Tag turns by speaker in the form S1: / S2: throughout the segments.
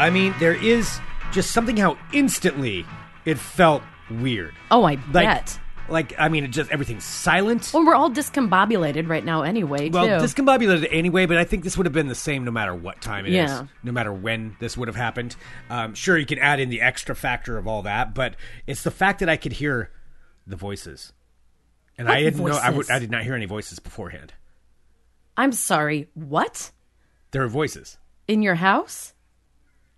S1: I mean, there is just something how instantly it felt weird.
S2: Oh, I
S1: Like,
S2: bet.
S1: like I mean, it just everything's silent.
S2: Well, we're all discombobulated right now anyway,
S1: Well,
S2: too.
S1: discombobulated anyway, but I think this would have been the same no matter what time it is,
S2: Yeah.
S1: no matter when this would have happened. Um, sure, you can add in the extra factor of all that, but it's the fact that I could hear the voices, and I
S2: What
S1: didn't know I,
S2: voices?
S1: would, I did not hear any voices beforehand.
S2: I'm sorry, what?
S1: There are voices.
S2: In your house?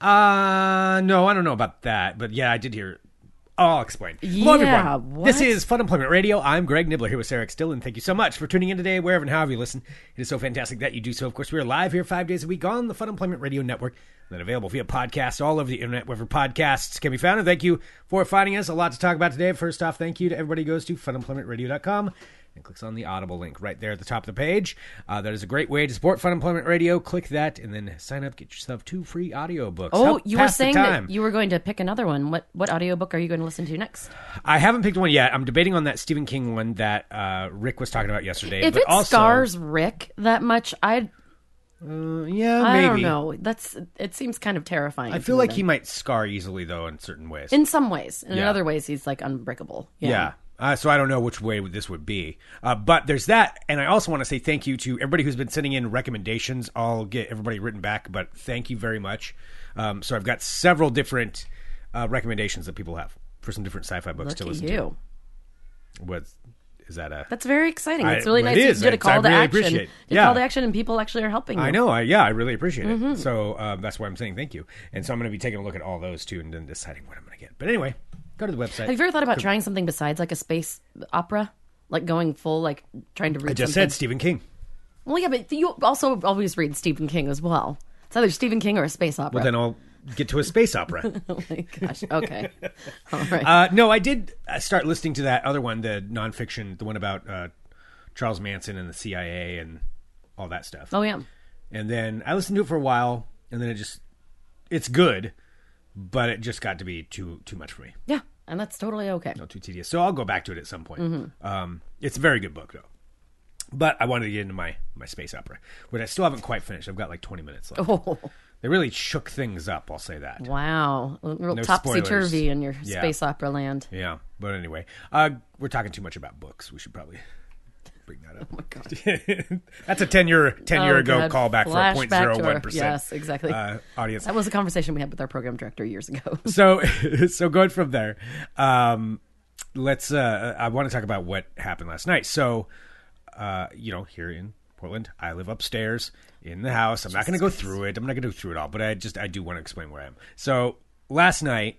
S1: Uh no, I don't know about that, but yeah, I did hear. I'll explain. Hello,
S2: Yeah,
S1: everyone.
S2: what?
S1: This is Fun Employment Radio. I'm Greg Nibbler here with Sarah Still, and thank you so much for tuning in today, wherever and however you listen. It is so fantastic that you do so. Of course, we are live here five days a week on the Fun Employment Radio Network, and then available via podcast all over the internet, wherever podcasts can be found. And thank you for finding us. A lot to talk about today. First off, thank you to everybody who goes to funemploymentradio.com and clicks on the Audible link right there at the top of the page. Uh, that is a great way to support Fun Employment Radio. Click that and then sign up, get yourself two free audiobooks.
S2: Oh,
S1: Help
S2: you were
S1: pass the
S2: saying
S1: time.
S2: that you were going to pick another one. What what audiobook are you going to listen to next?
S1: I haven't picked one yet. I'm debating on that Stephen King one that uh, Rick was talking about yesterday.
S2: If
S1: but
S2: it
S1: also,
S2: stars Rick that much, I
S1: yeah,
S2: I
S1: maybe.
S2: don't know. That's it seems kind of terrifying.
S1: I feel like he might scar easily though in certain ways.
S2: in some ways, and in
S1: Yeah.
S2: other ways, he's like unbreakable. Yeah.
S1: yeah. Uh, so I don't know which way this would be, uh, but there's that, and I also want to say thank you to everybody who's been sending in recommendations. I'll get everybody written back, but thank you very much. Um, so I've got several different uh, recommendations that people have for some different sci-fi books to
S2: Look at
S1: listen
S2: you.
S1: to. What is that? A
S2: That's very exciting.
S1: I-
S2: It's really
S1: well,
S2: nice
S1: it
S2: that
S1: is.
S2: you did a
S1: It's-
S2: call
S1: I
S2: to
S1: really
S2: action.
S1: appreciate it.
S2: You did a
S1: Yeah.
S2: call to action, and people actually are helping you.
S1: I know. I, yeah, I really appreciate it. So uh, that's why I'm saying thank you. And so I'm going to be taking a look at all those too, and then deciding what I'm going to get. But anyway, go to the website.
S2: Have you ever thought about trying something besides like a space opera, like going full, like trying to read?
S1: I just
S2: something?
S1: said Stephen King.
S2: Well, yeah, but you also always read Stephen King as well. It's either Stephen King or a space opera.
S1: Well, then I'll get to a space opera.
S2: oh my gosh. Okay. All right.
S1: Uh, no, I did uh, start listening to that other one, the nonfiction, the one about uh, Charles Manson and the CIA and all that stuff.
S2: oh yeah.
S1: And then I listened to it for a while, and then it just, it's good, but it just got to be too too much for me.
S2: Yeah, and that's totally okay.
S1: not too tedious. So I'll go back to it at some point.
S2: Mm-hmm.
S1: Um, it's a very good book though. But I wanted to get into my my space opera, which I still haven't quite finished. I've got like 20 minutes left.
S2: Oh,
S1: They really shook things up. I'll say that.
S2: wow. A Real
S1: No
S2: topsy turvy
S1: spoilers.
S2: in your
S1: Yeah.
S2: space opera land.
S1: Yeah. But anyway, uh, we're talking too much about books. We should probably bring that up. That's a 10 year 10 year
S2: Oh,
S1: ago
S2: God.
S1: callback for
S2: Flashback to our-
S1: 0.01 percent.
S2: Yes, exactly.
S1: Uh, audience.
S2: that was a conversation we had with our program director years ago.
S1: so so going from there um let's uh i want to talk about what happened last night so uh you know here in portland i live upstairs in the house i'm not going to go through it i'm not going to go through it all but i just i do want to explain where i am so last night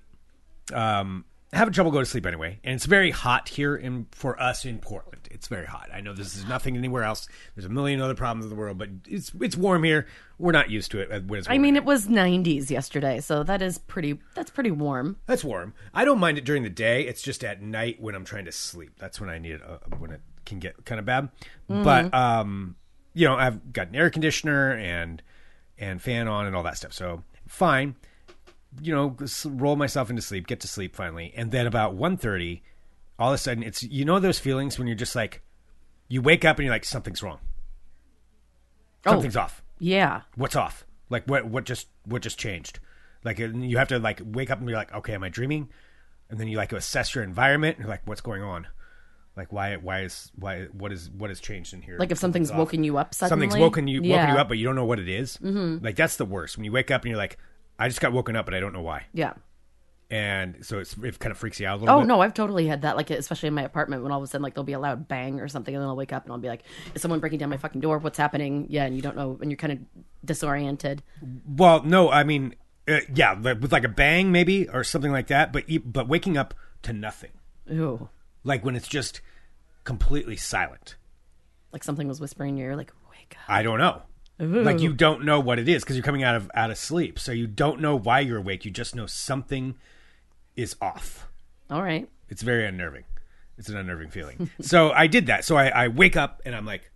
S1: um having trouble going to sleep anyway and it's very hot here in for us in portland it's very hot i know this is nothing anywhere else there's a million other problems in the world but it's it's warm here we're not used to it uh, when it's
S2: I
S1: warm
S2: mean,
S1: here.
S2: it was 90s yesterday, so that is pretty. That's pretty warm.
S1: That's warm. I don't mind it during the day. It's just at night when I'm trying to sleep. That's when I need it. Uh, when it can get kind of bad. But um, you know, I've got an air conditioner and and fan on and all that stuff. So fine. You know, s- roll myself into sleep, get to sleep finally, and then about 1.30, all of a sudden, it's you know those feelings when you're just like, you wake up and you're like something's wrong,
S2: Oh.
S1: something's off
S2: Yeah.
S1: what's off like what what just what just changed like and you have to like wake up and be like okay am i dreaming and then you like assess your environment and you're like what's going on like why why is why what is what has changed in here
S2: Like if something's
S1: off.
S2: woken you up suddenly.
S1: something's woken you woken
S2: Yeah. Mm-hmm.
S1: you up but you don't know what it is. like that's the worst when you wake up and you're like i just got woken up but i don't know why
S2: Yeah.
S1: and so it's, it kind of freaks you out a little
S2: Oh
S1: bit
S2: no, I've totally had that. Like especially in my apartment, when all of a sudden like there'll be a loud bang or something, and then I'll wake up and I'll be like, "Is someone breaking down my fucking door? What's happening?" Yeah, and you don't know, and you're kind of disoriented.
S1: Well, no, I mean, uh, yeah, like, with like a bang maybe or something like that. But e- but waking up to nothing,
S2: Ooh,
S1: like when it's just completely silent.
S2: like something was whispering in your ear, like "Wake up."
S1: I don't know. Like you don't know what it is because you're coming out of out of sleep, so you don't know why you're awake. You just know something is off.
S2: All right.
S1: It's very unnerving. It's an unnerving feeling. so I did that. So I, I wake up and I'm like,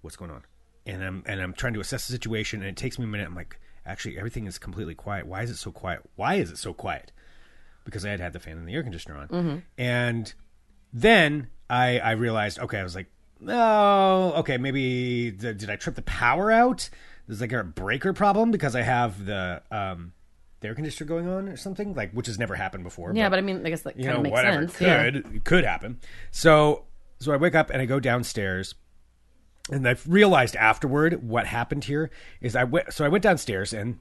S1: "What's going on?" And I'm and I'm trying to assess the situation, and it takes me a minute. I'm like, "Actually, everything is completely quiet. Why is it so quiet? Why is it so quiet?" Because I had had the fan and the air conditioner on, and then I I realized, okay, I was like, "Oh, okay, maybe th- did I trip the power out?" there's like a breaker problem because I have the um, the air conditioner going on or something like which has never happened before.
S2: Yeah, but I mean, I guess that
S1: you
S2: kind
S1: know
S2: of makes
S1: whatever
S2: sense. Yeah.
S1: could could happen. So so I wake up and I go downstairs. And I've realized afterward what happened here is I went so I went downstairs and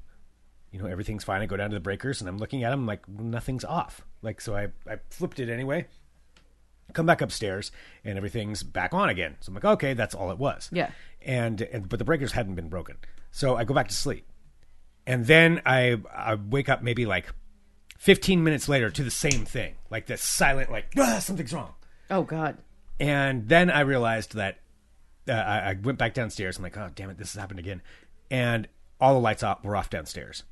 S1: you know everything's fine. I go down to the breakers and I'm looking at them like nothing's off. Like so I I flipped it anyway. Come back upstairs and everything's back on again. So I'm like okay, that's all it was.
S2: Yeah.
S1: And and but the breakers hadn't been broken. So I go back to sleep. And then I I wake up maybe like 15 minutes later to the same thing. Like this silent like ah, something's wrong.
S2: Oh God.
S1: And then I realized that uh, I, I went back downstairs. I'm like, oh, damn it, this has happened again. And all the lights off, were off downstairs.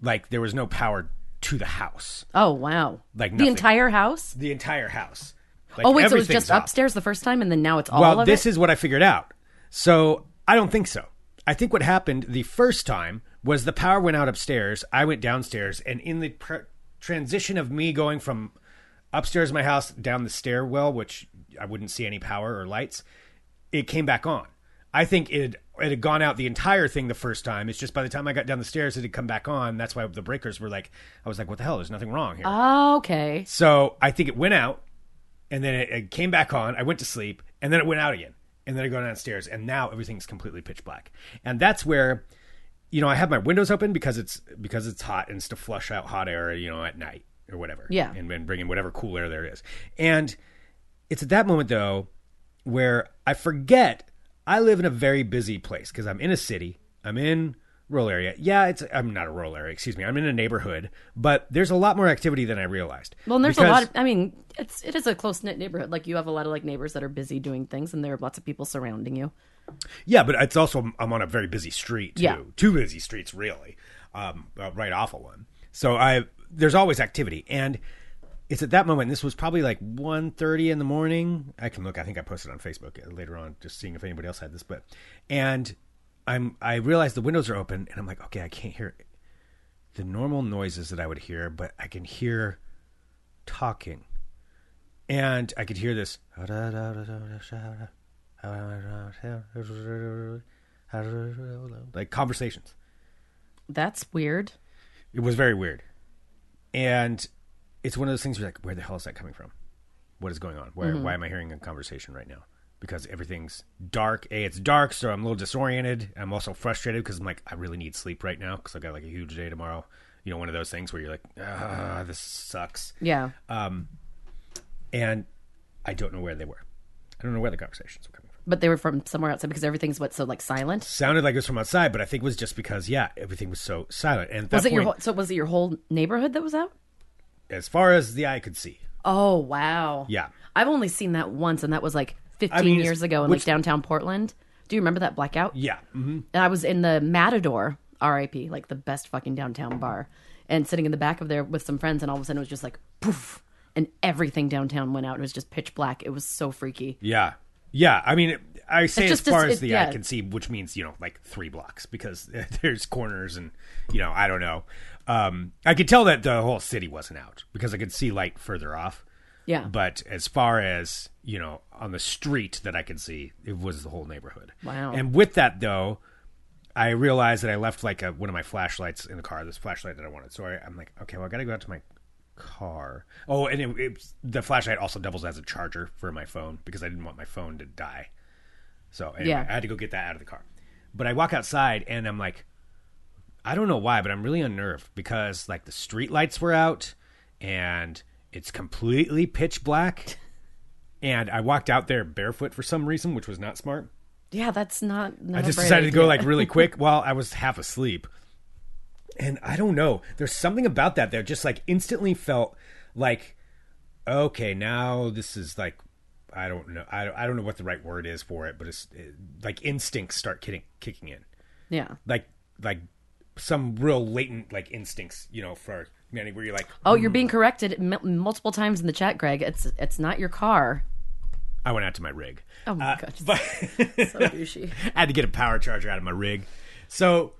S1: Like, there was no power to the house,
S2: Oh wow.
S1: Like
S2: the
S1: nothing.
S2: entire house.
S1: the entire house. Like,
S2: Oh wait, so it was
S1: everything's
S2: just
S1: off.
S2: upstairs the first time, and then now it's all
S1: Well,
S2: of
S1: this
S2: it.
S1: is what I figured out. So I don't think so. I think what happened the first time was the power went out upstairs. I went downstairs, and in the pr- transition of me going from upstairs my house down the stairwell, which I wouldn't see any power or lights, it came back on. I think it had, it had gone out the entire thing the first time. It's just by the time I got down the stairs, it had come back on. That's why the breakers were like, I was like, what the hell? There's nothing wrong here.
S2: Oh, okay.
S1: So I think it went out, and then it, it came back on. I went to sleep, and then it went out again. And then I go downstairs, and now everything's completely pitch black. And that's where, you know, I have my windows open because it's because it's hot and it's to flush out hot air, you know, at night or whatever.
S2: Yeah.
S1: And, and bring in whatever cool air there is. And it's at that moment though where I forget I live in a very busy place because I'm in a city. I'm in rural area. Yeah, it's I'm not a rural area. Excuse me. I'm in a neighborhood, but there's a lot more activity than I realized.
S2: Well, and there's a
S1: Because-
S2: lot. Of, I mean, it's it is a close knit neighborhood. Like you have a lot of like neighbors that are busy doing things, and there are lots of people surrounding you.
S1: Yeah, but it's also I'm on a very busy street too.
S2: Yeah.
S1: Two busy streets really, um, uh, right off of one. So I there's always activity, and it's at that moment. This was probably like 1.30 in the morning. I can look. I think I posted on Facebook later on, just seeing if anybody else had this. But and I'm I realize the windows are open, and I'm like, okay, I can't hear the normal noises that I would hear, but I can hear talking and I could hear this. Like conversations.
S2: That's weird.
S1: It was very weird. And it's one of those things where you're like, where the hell is that coming from? What is going on? Where, Why am I hearing a conversation right now? Because everything's dark. A, it's dark, so I'm a little disoriented. I'm also frustrated because I'm like, I really need sleep right now because I got like a huge day tomorrow. You know, one of those things where you're like, ah, this sucks.
S2: Yeah.
S1: And I don't know where they were. I don't know where the conversations were coming from.
S2: but they were from somewhere outside because everything's what so like silent.
S1: sounded like it was from outside, but I think it was just because yeah, everything was so silent. And at that
S2: Was it your
S1: point,
S2: whole, so? Was it your whole neighborhood that was out?
S1: as far as the eye could see,
S2: Oh wow.
S1: yeah,
S2: I've only seen that once, and that was like 15
S1: I mean,
S2: years ago in
S1: which-
S2: like downtown Portland. Do you remember that blackout?
S1: yeah, hmm
S2: And I was in the Matador, R.I.P., like the best fucking downtown bar, and sitting in the back of there with some friends, and all of a sudden it was just like poof, and everything downtown went out. It was just pitch black. It was so freaky.
S1: yeah, yeah. I mean, I say
S2: It's
S1: as
S2: just-
S1: far
S2: it's-
S1: as the
S2: it-
S1: eye
S2: yeah.
S1: can see, which means you know like three blocks because there's corners and you know I don't know. Um, I could tell that the whole city wasn't out because I could see light further off.
S2: Yeah.
S1: But as far as, you know, on the street that I could see, it was the whole neighborhood.
S2: Wow.
S1: And with that, though, I realized that I left like a, one of my flashlights in the car, this flashlight that I wanted. So I, I'm like, okay, well, I got to go out to my car. Oh, and it, it, the flashlight also doubles as a charger for my phone because I didn't want my phone to die. So anyway,
S2: Yeah.
S1: I had to go get that out of the car. But I walk outside and I'm like, I don't know why, but I'm really unnerved because like the street lights were out and it's completely pitch black. And I walked out there barefoot for some reason, which was not smart.
S2: Yeah, that's not. not
S1: I just
S2: a bright
S1: decided to go
S2: idea.
S1: like really quick while I was half asleep. And I don't know. There's something about that that just like instantly felt like, okay, now this is like, I don't know. I don't, I don't know what the right word is for it, but it's it, like instincts start kidding, kicking in
S2: yeah.
S1: like like some real latent like instincts, you know, for Manny, where you're like,
S2: Oh, you're being corrected m- multiple times in the chat, Greg. It's it's not your car.
S1: I went out to my rig.
S2: Oh my
S1: Uh,
S2: god,
S1: but
S2: so douchey.
S1: I had to get a power charger out of my rig. So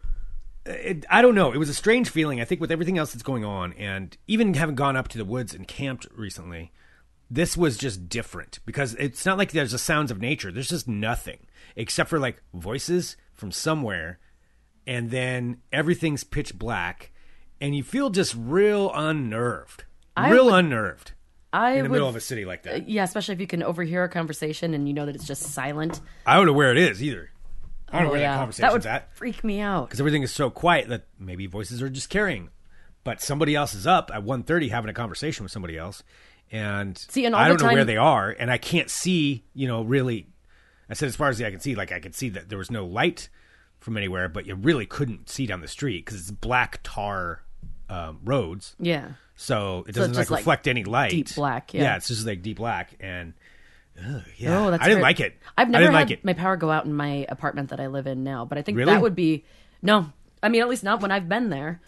S1: it, I don't know. It was a strange feeling. I think with everything else that's going on, and even having gone up to the woods and camped recently, this was just different because it's not like there's the sounds of nature. There's just nothing except for like voices from somewhere and then everything's pitch black, and you feel just real unnerved,
S2: I
S1: real
S2: would-
S1: unnerved
S2: I
S1: in the
S2: would,
S1: middle of a city like that.
S2: yeah, especially if you can overhear a conversation and you know that it's just silent.
S1: I don't know where it is either. I don't know
S2: Oh,
S1: where
S2: yeah.
S1: that
S2: that
S1: conversation's
S2: would
S1: at
S2: freak me out.
S1: because everything is so quiet that maybe voices are just carrying, but somebody else is up at 1.30 having a conversation with somebody else, and
S2: See, and all
S1: I
S2: the
S1: don't know where
S2: time-
S1: they are, and I can't see. You know, really, I said as far as I can see, like I could see that there was no light from anywhere, but you really couldn't see down the street because it's black tar um, roads.
S2: Yeah.
S1: So it doesn't
S2: just,
S1: like
S2: like,
S1: reflect any light.
S2: deep black, yeah.
S1: it's just like deep black, and ugh, yeah,
S2: Oh, that's
S1: I didn't
S2: very-
S1: like it.
S2: I've never
S1: I didn't
S2: had
S1: like it.
S2: my power go out in my apartment that I live in now, but I think
S1: Really?
S2: that would be no. I mean, at least not when I've been there.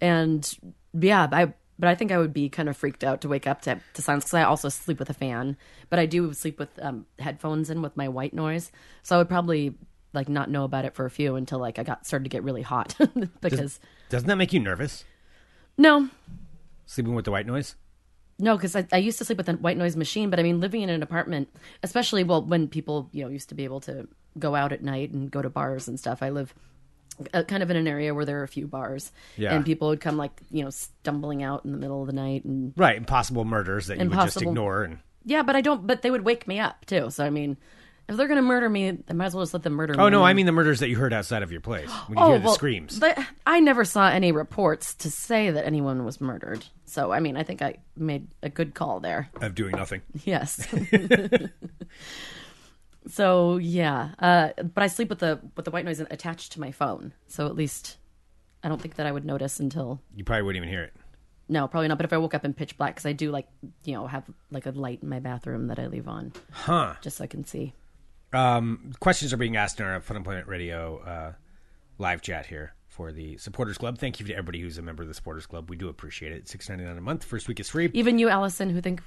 S2: And yeah, I but I think I would be kind of freaked out to wake up to to sounds because I also sleep with a fan, but I do sleep with um, headphones in with my white noise, so I would probably like not know about it for a few until like I got started to get really hot because
S1: Doesn't that make you nervous?
S2: no.
S1: Sleeping with the white noise.
S2: No, because I, I used to sleep with a white noise machine, but I mean, living in an apartment, especially well, when people you know used to be able to go out at night and go to bars and stuff. I live uh, kind of in an area where there are a few bars,
S1: Yeah.
S2: and people would come like you know stumbling out in the middle of the night, and
S1: Right, impossible murders that you would just
S2: Impossible.
S1: ignore and
S2: yeah, but I don't. But they would wake me up too. So I mean, if they're gonna murder me, I might as well just let them murder me.
S1: Oh no,
S2: and
S1: I mean the murders that you heard outside of your place when you
S2: Oh,
S1: hear the screams.
S2: th- I never saw any reports to say that anyone was murdered. So I mean, I think I made a good call there.
S1: of doing nothing.
S2: Yes. so yeah, uh, but I sleep with the with the white noise attached to my phone, so at least I don't think that I would notice until
S1: You probably wouldn't even hear it.
S2: no, probably not. But if I woke up in pitch black, because I do like you know have like a light in my bathroom that I leave on,
S1: Huh.
S2: just so I can see.
S1: Questions are being asked in our Fun Employment Radio uh, live chat here for the Supporters Club. Thank you to everybody who's a member of the Supporters Club. We do appreciate it. Six ninety nine a month. First week is free.
S2: Even you, Allison, who think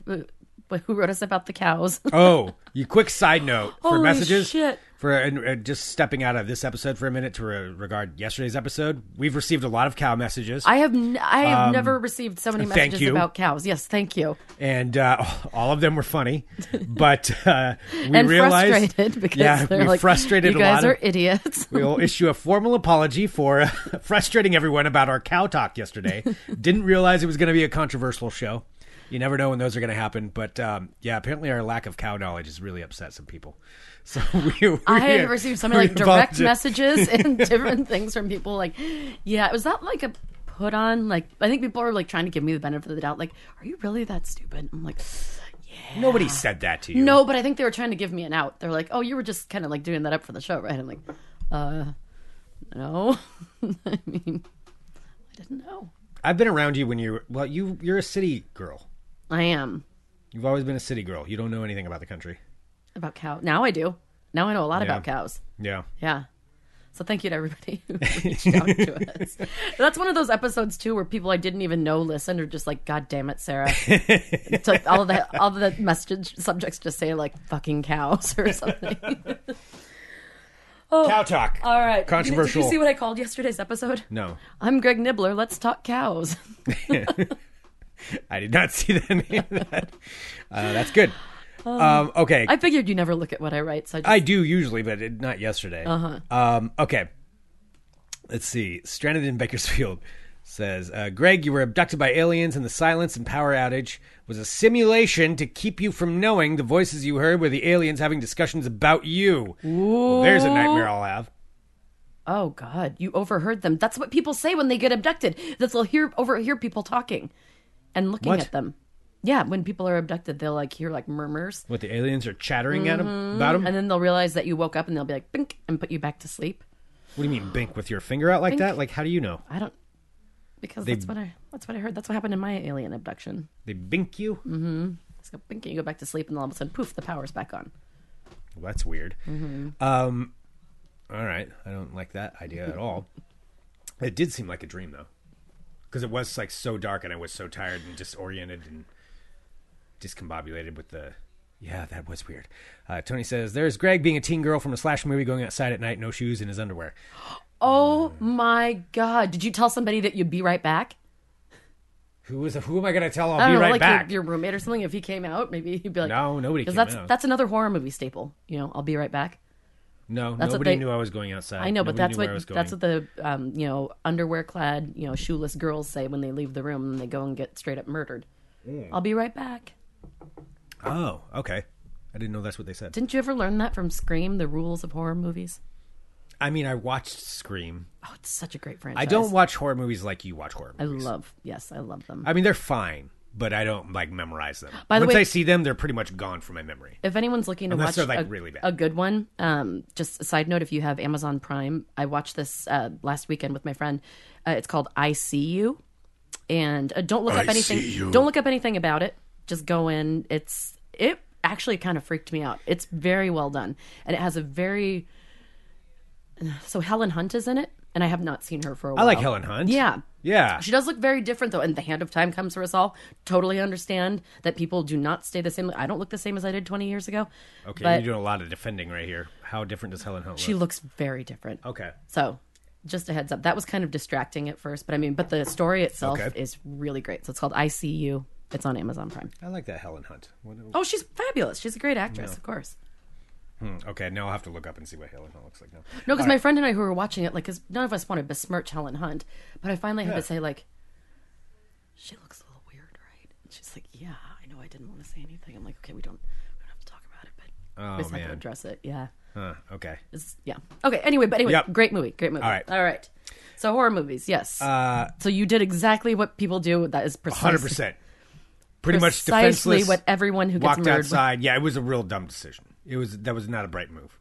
S2: who wrote us about the cows.
S1: Oh, you quick side note for
S2: Holy
S1: messages
S2: shit.
S1: for and, and just stepping out of this episode for a minute to re- regard yesterday's episode. We've received a lot of cow messages,
S2: I have n- I have never received so many
S1: Um, thank
S2: messages
S1: you.
S2: about cows. Yes, thank you.
S1: and uh, all of them were funny, but uh, we
S2: and
S1: realized
S2: frustrated because
S1: yeah,
S2: they're
S1: we
S2: like
S1: frustrated
S2: You
S1: a lot
S2: guys
S1: of-
S2: are idiots.
S1: We will issue a formal apology for uh, frustrating everyone about our cow talk yesterday. Didn't realize it was going to be a controversial show. You never know when those are going to happen, but um, yeah, apparently our lack of cow knowledge has really upset some people. So we, we
S2: I had received so many
S1: we
S2: like direct
S1: apologize.
S2: messages and different things from people. Like, yeah, was that like a put on? Like, I think people are like trying to give me the benefit of the doubt. Like, are you really that stupid? I'm like,
S1: Nobody said that to you.
S2: no, but I think they were trying to give me an out. They're like, oh, you were just kind of like doing that up for the show, right? I'm like, uh, no. I mean, I didn't know.
S1: I've been around you when you were- well, you you're a city girl.
S2: I am
S1: You've always been a city girl. You don't know anything about the country.
S2: about cow. Now I do. Now I know a lot about
S1: Yeah.
S2: cows.
S1: Yeah.
S2: Yeah. So thank you to everybody who reached out to us. That's one of those episodes too where people I didn't even know listened are just like, God damn it, Sarah. it's like all the all the message subjects just say like fucking cows or something. oh
S1: Cow talk.
S2: all right.
S1: Controversial.
S2: Did you see what I called yesterday's episode?
S1: no,
S2: I'm Greg Nibbler, let's talk cows.
S1: I did not see the name of that. Uh, that's good. Um, okay,
S2: I figured you never look at what I write, so I just
S1: I do usually, but it, not yesterday. Uh-huh. Um, okay. Let's see. Stranded in Bakersfield says, uh, Greg, you were abducted by aliens, and the silence and power outage was a simulation to keep you from knowing the voices you heard were the aliens having discussions about you. Well, there's a nightmare I'll have.
S2: Oh God, you overheard them. That's what people say when they get abducted. That they'll hear overhear people talking and looking
S1: What?
S2: at them. Yeah, when people are abducted, they'll like hear like murmurs,
S1: What the aliens are chattering at 'em about him?
S2: and then they'll realize that you woke up, and they'll be like bink and put you back to sleep.
S1: What do you mean, bink with your finger out like that? Like, how do you know?
S2: I don't because that's what I that's what I heard. That's what happened in my alien abduction.
S1: They bink you?
S2: It's like bink and you go back to sleep, and all of a sudden, poof, the power's back on.
S1: Well, that's weird.
S2: Mm-hmm.
S1: Um, all right, I don't like that idea at all. It did seem like a dream though, because it was like so dark and I was so tired and disoriented and discombobulated with the. Yeah, that was weird. Uh, Tony says there's Greg being a teen girl from a slash movie going outside at night, no shoes in his underwear.
S2: Oh my God! Did you tell somebody that you'd be right back?
S1: Who is? Who am I going to tell?
S2: I
S1: I'll
S2: don't
S1: be
S2: know,
S1: right
S2: like
S1: back.
S2: Your, your roommate or something. If he came out, maybe he'd be like,
S1: No, nobody
S2: Because
S1: came
S2: that's
S1: out.
S2: that's another horror movie staple. You know, I'll be right back.
S1: No,
S2: That's what
S1: nobody
S2: they-
S1: knew I was going outside.
S2: I know, but
S1: Nobody knew
S2: that's
S1: where I was
S2: what
S1: going.
S2: that's what the um, you know underwear clad you know shoeless girls say when they leave the room and they go and get straight up murdered.
S1: Mm.
S2: I'll be right back.
S1: Oh, okay. I didn't know that's what they said.
S2: Didn't you ever learn that from Scream? The rules of horror movies.
S1: I mean, I watched Scream.
S2: Oh, it's such a great franchise.
S1: I don't watch horror movies like you watch horror
S2: I
S1: movies.
S2: love. Yes, I love them.
S1: I mean, they're fine, but I don't like memorize them.
S2: By the
S1: Once
S2: way-
S1: I see them, they're pretty much gone from my memory.
S2: if anyone's looking to
S1: Unless
S2: watch
S1: they're, like,
S2: a,
S1: really bad.
S2: a good one, um, just a side note: if you have Amazon Prime, I watched this uh, last weekend with my friend. Uh, it's called "I See You," and uh, don't look up
S1: I
S2: anything.
S1: See You.
S2: Don't look up anything about it. Just go in. It's it actually kind of freaked me out. It's very well done, and it has a very so Helen Hunt is in it, and I have not seen her for a while.
S1: I like Helen Hunt.
S2: Yeah.
S1: Yeah.
S2: She does look very different though, and the hand of time comes for us all. Totally understand that people do not stay the same. I don't look the same as I did 20 years ago.
S1: okay,
S2: but
S1: you're doing a lot of defending right here. How different does Helen Hunt
S2: she
S1: look?
S2: looks very different.
S1: Okay.
S2: So, just a heads up. That was kind of distracting at first, but I mean, but the story itself
S1: Okay.
S2: is really great. So it's called I See You. It's on Amazon Prime.
S1: I like that Helen Hunt. What-
S2: Oh, she's fabulous. She's a great actress, of course.
S1: hmm, Okay, now I'll have to look up and see what Helen Hunt looks like now.
S2: No, because my friend and I who were watching it, like, because none of us want to besmirch Helen Hunt, but I finally had
S1: Yeah.
S2: to say, like, she looks a little weird, right? And she's like, yeah, I know I didn't want to say anything. I'm like, okay, we don't, we don't have to talk about it, but
S1: Oh,
S2: we just have
S1: man.
S2: to address it. Yeah.
S1: Huh, okay.
S2: It's, yeah. Okay, anyway, but anyway,
S1: Yep.
S2: great movie. Great movie.
S1: All right.
S2: All right. So, horror movies, yes.
S1: Uh,
S2: so, you did exactly what people do. That is precisely,
S1: 100%. Pretty much
S2: precisely
S1: defenseless.
S2: what everyone who gets
S1: walked
S2: murdered.
S1: outside. Yeah, it was a real dumb decision. It was that was not a bright move.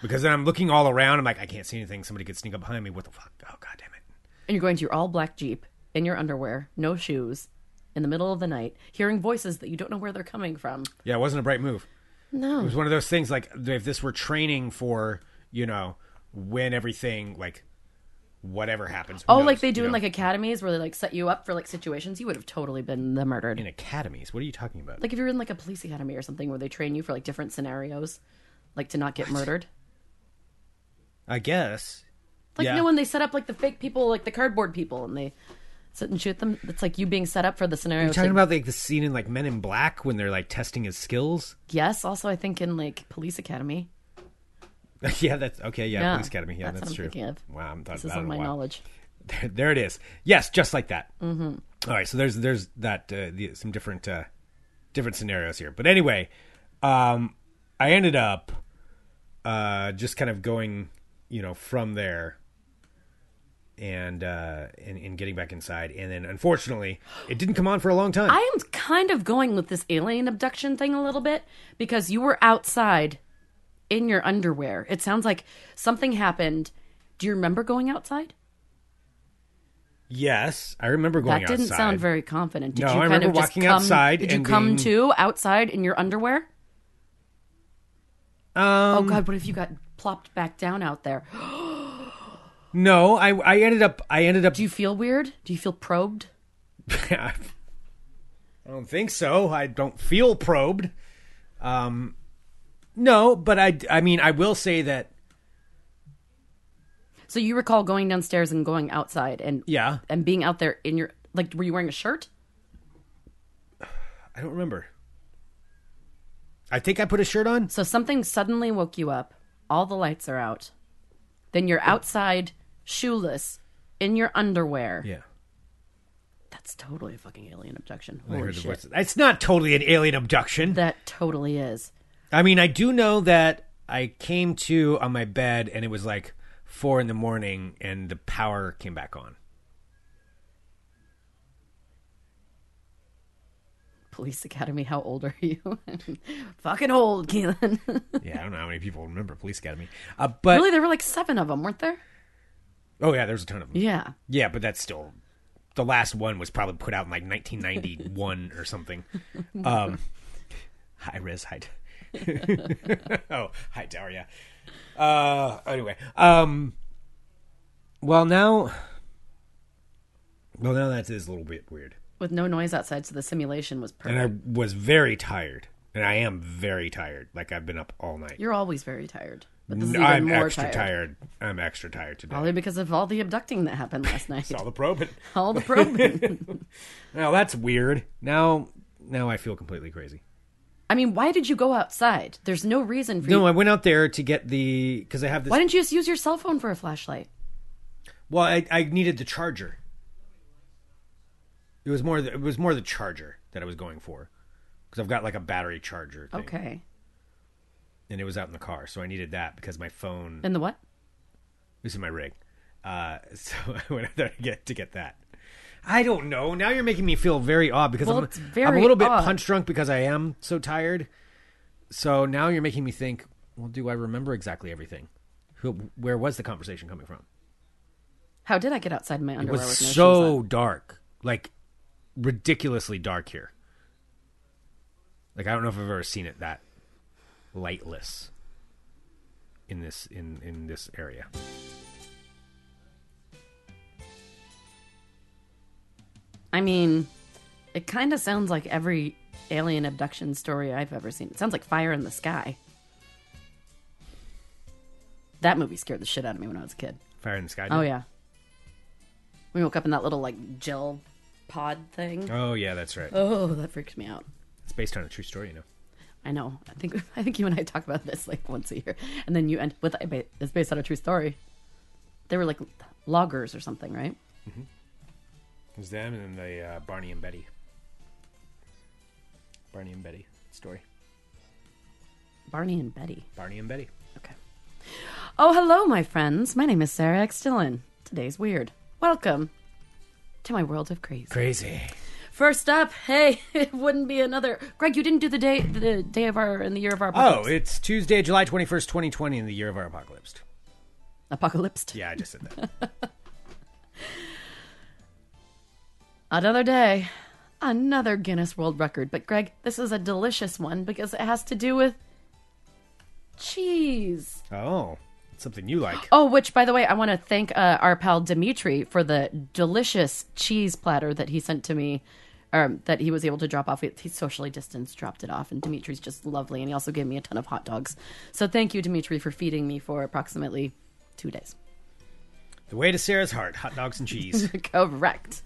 S1: Because then I'm looking all around. I'm like, I can't see anything. Somebody could sneak up behind me. What the fuck? Oh god damn it!
S2: And you're going to your all black Jeep in your underwear, no shoes, in the middle of the night, hearing voices that you don't know where they're coming from.
S1: Yeah, it wasn't a bright move. It
S2: No.
S1: was one of those things like if this were training for you know when everything like whatever happens. who
S2: Oh, like
S1: knows,
S2: they do
S1: you know?
S2: in like academies where they like set you up for like situations. You would have totally been the murdered.
S1: in academies. What are you talking about?
S2: Like if you're in like a police academy or something where they train you for like different scenarios, like to not get murdered.
S1: I guess.
S2: Like
S1: yeah.
S2: no one they set up like the fake people, like the cardboard people, and they sit and shoot them. It's like you being set up for the scenario.
S1: You're talking about like the scene in like Men in Black when they're like testing his skills.
S2: yes, also I think in like police academy.
S1: yeah, that's okay. Yeah,
S2: Yeah,
S1: police academy. Yeah,
S2: that's
S1: that's,
S2: what I'm
S1: true.
S2: thinking of.
S1: Wow, I'm
S2: This is on my knowledge.
S1: There, there it is. Yes, just like that. Mm-hmm. right, so there's there's that uh, the, some different uh, different scenarios here. But anyway, um, I ended up uh, just kind of going, you know, from there and uh, and, and getting back inside. And then unfortunately, it didn't come on for a long time.
S2: I am kind of going with this alien abduction thing a little bit because you were outside in your underwear. It sounds like something happened. Do you remember going outside?
S1: yes, I remember going.
S2: that didn't
S1: outside.
S2: sound very confident. Did
S1: No,
S2: you
S1: I
S2: kind
S1: remember
S2: of just
S1: walking
S2: come,
S1: outside
S2: Did you
S1: and
S2: come
S1: being-
S2: to outside in your underwear?
S1: Um,
S2: Oh God, what if you got plopped back down out there?
S1: no, I I ended up I ended up.
S2: Do you feel weird? Do you feel probed?
S1: I don't think so. I don't feel probed. Um, no, but I, I mean, I will say that,
S2: So you recall going downstairs and going outside and
S1: yeah,
S2: and being out there in your like were you wearing a shirt?
S1: I don't remember. I think I put a shirt on.
S2: So something suddenly woke you up. All the lights are out. Then you're outside, shoeless, in your underwear.
S1: Yeah.
S2: That's totally a fucking alien abduction.
S1: I
S2: Holy
S1: heard the
S2: Oh, shit.
S1: voices. It's not totally an alien abduction.
S2: That totally is.
S1: I mean, I do know that I came to on my bed and it was like four in the morning and the power came back on.
S2: Police Academy, how old are you? fucking old, Keelan.
S1: Yeah, I don't know how many people remember Police Academy. Uh, but,
S2: really, there were like seven of them, weren't there?
S1: oh, yeah, there's a ton of them.
S2: Yeah.
S1: Yeah, but that's still the last one was probably put out in like 1991 or something. Um, high res, high. oh, high tower, yeah. Uh, anyway, um, well now, well now that is a little bit weird,
S2: With no noise outside, so the simulation was perfect.
S1: and I was very tired, and I am very tired. Like I've been up all night.
S2: You're always very tired. But this is even
S1: I'm
S2: more
S1: extra
S2: tired.
S1: tired. I'm extra tired today.
S2: Probably because of all the abducting that happened last night.
S1: Saw the probe.
S2: all the probing.
S1: Now that's weird. Now, now I feel completely crazy.
S2: I mean, why did you go outside? There's no reason for you.
S1: No, I went out there to get the because I have this.
S2: Why didn't you just use your cell phone for a flashlight?
S1: Well, I, I needed the charger. It was more. The, it was more the charger that I was going for, because I've got like a battery charger. Thing,
S2: Okay.
S1: And it was out in the car, so I needed that because my phone.
S2: And the what?
S1: This is my rig. Uh, so I went out there to get to get that. I don't know. Now you're making me feel very odd because
S2: Well,
S1: I'm,
S2: it's very
S1: I'm a little bit
S2: odd.
S1: punch drunk because I am so tired. So now you're making me think. Well, do I remember exactly everything? Who, where was the conversation coming from?
S2: How did I get outside in my
S1: It
S2: underwear?
S1: was
S2: with no shoes on?
S1: so dark, like ridiculously dark here. Like I don't know if I've ever seen it that lightless in this in in this area.
S2: I mean, it kind of sounds like every alien abduction story I've ever seen. It sounds like Fire in the Sky. That movie scared the shit out of me when I was a kid.
S1: Fire in the sky.
S2: Oh
S1: dude?
S2: yeah. We woke up in that little like gel pod thing.
S1: Oh yeah, that's right.
S2: Oh, that freaked me out.
S1: It's based on a true story, you know.
S2: I know. I think I think you and I talk about this like once a year, and then you end with it's based on a true story. They were like loggers or something, right?
S1: It was them and then the uh, Barney and Betty. Barney and Betty story.
S2: Barney and Betty.
S1: Barney and Betty.
S2: Okay. Oh, hello, my friends. My name is Sarah X. Dillon. Today's weird. Welcome to my world of crazy.
S1: Crazy.
S2: First up, hey, it wouldn't be another. Greg, you didn't do the day, the day of our, in the year of our
S1: Oh,
S2: apocalypse.
S1: it's Tuesday, July twenty first, twenty twenty, in the year of our apocalypse.
S2: apocalypse.
S1: Yeah, I just said that.
S2: Another day, another Guinness World Record. But Greg, this is a delicious one because it has to do with cheese.
S1: oh, something you like.
S2: Oh, which, by the way, I want to thank uh, our pal Dimitri for the delicious cheese platter that he sent to me, or that he was able to drop off. He he socially distanced, dropped it off, and Dimitri's just lovely. And he also gave me a ton of hot dogs. So thank you, Dimitri, for feeding me for approximately two days.
S1: The way to Sarah's heart: hot dogs and cheese.
S2: Correct.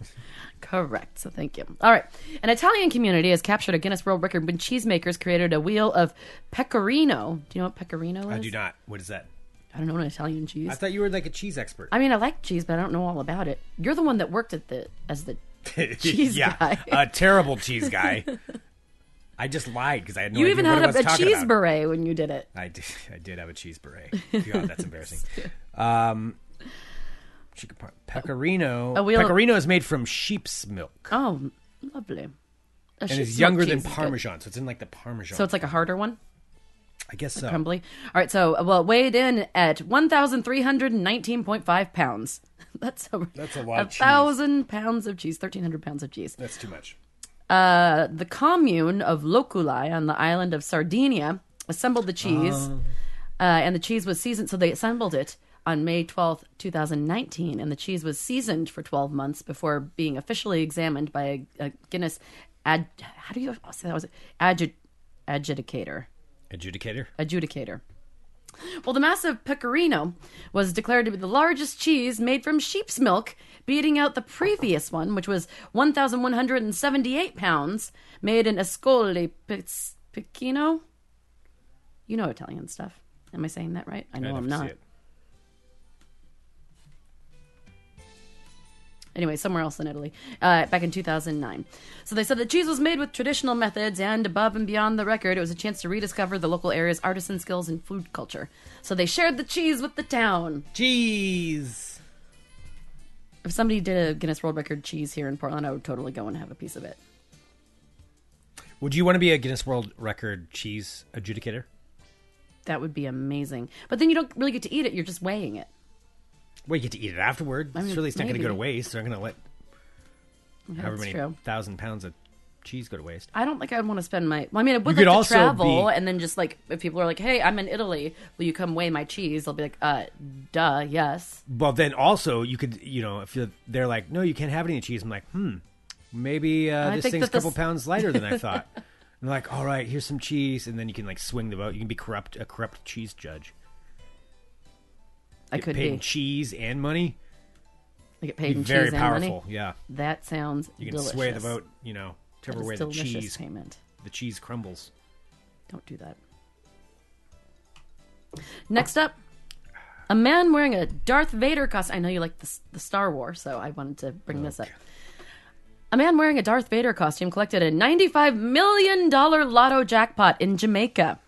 S2: Correct. So thank you. All right. An Italian community has captured a Guinness World Record when cheesemakers created a wheel of pecorino. Do you know what pecorino is?
S1: I do not. What is that?
S2: I don't know an Italian cheese.
S1: I thought you were like a cheese expert.
S2: I mean, I like cheese, but I don't know all about it. You're the one that worked at the as the cheese
S1: yeah,
S2: guy.
S1: a terrible cheese guy. I just lied because I had no
S2: you
S1: idea
S2: even
S1: what
S2: had
S1: I
S2: a,
S1: was
S2: a
S1: talking
S2: cheese
S1: about.
S2: beret when you did it.
S1: I did, I did have a cheese beret. God, that's embarrassing. Um, chicken par- pecorino.
S2: A wheel-
S1: pecorino is made from sheep's milk
S2: Oh, lovely. A
S1: and
S2: sheep's
S1: it's younger
S2: milk
S1: than
S2: cheese is good.
S1: Parmesan, so it's in like the Parmesan.
S2: So it's like a harder one,
S1: I guess so.
S2: crumbly. All right, so well, weighed in at one thousand three hundred nineteen point five pounds. That's over.
S1: That's a lot of cheese.
S2: thousand pounds of cheese, thirteen hundred pounds of cheese.
S1: that's too much.
S2: Uh, the commune of Loculi on the island of Sardinia assembled the cheese,
S1: Oh.
S2: uh, and the cheese was seasoned. So they assembled it on May twelfth, two 2019, and the cheese was seasoned for 12 months before being officially examined by a, a Guinness ad. How do you say that was it? Adju- adjudicator
S1: Adjudicator.
S2: adjudicator. Well, the massive pecorino was declared to be the largest cheese made from sheep's milk, beating out the previous one, which was 1,178 pounds, made in Ascoli Piz- Picino. You know Italian stuff. Am I saying that right? I know
S1: I'd
S2: I
S1: have
S2: am
S1: to see
S2: not.
S1: it.
S2: anyway, somewhere else in Italy, uh, back in 2009. So they said the cheese was made with traditional methods, and above and beyond the record, it was a chance to rediscover the local area's artisan skills and food culture. So they shared the cheese with the town.
S1: Cheese.
S2: If somebody did a Guinness World Record cheese here in Portland, I would totally go and have a piece of it.
S1: Would you want to be a Guinness World Record cheese adjudicator?
S2: That would be amazing. But then you don't really get to eat it, you're just weighing it.
S1: Well, you get to eat it afterward.
S2: mean,
S1: Surely it's not going to go to
S2: maybe.
S1: waste. They're not going to let
S2: Yeah,
S1: however
S2: that's
S1: many
S2: true.
S1: thousand pounds of cheese go to waste.
S2: I don't think I'd want to spend my. Well, I mean, I
S1: could
S2: would like to
S1: also
S2: travel,
S1: be-
S2: and then just like if people are like, "Hey, I'm in Italy, will you come weigh my cheese?" I'll be like, "Uh, duh, yes."
S1: Well, then also you could, you know, if you're, they're like, no, you can't have any cheese. I'm like, hmm, maybe uh,
S2: I
S1: this
S2: think
S1: thing's a
S2: that this-
S1: couple pounds lighter than I thought. and they're like, all right, here's some cheese, and then you can like swing the vote. You can be corrupt, a corrupt cheese judge.
S2: I could
S1: Paid
S2: be.
S1: in cheese and money.
S2: I get paid in
S1: Very
S2: cheese and
S1: powerful.
S2: money.
S1: Yeah,
S2: That sounds
S1: you can
S2: delicious.
S1: sway the vote. You know,
S2: That
S1: whichever
S2: is
S1: way the
S2: delicious
S1: cheese
S2: payment.
S1: the cheese crumbles.
S2: Don't do that. Next up, a man wearing a Darth Vader costume. I know you like the, the Star Wars, so I wanted to bring this up. A man wearing a Darth Vader costume collected a $95 million lotto jackpot in Jamaica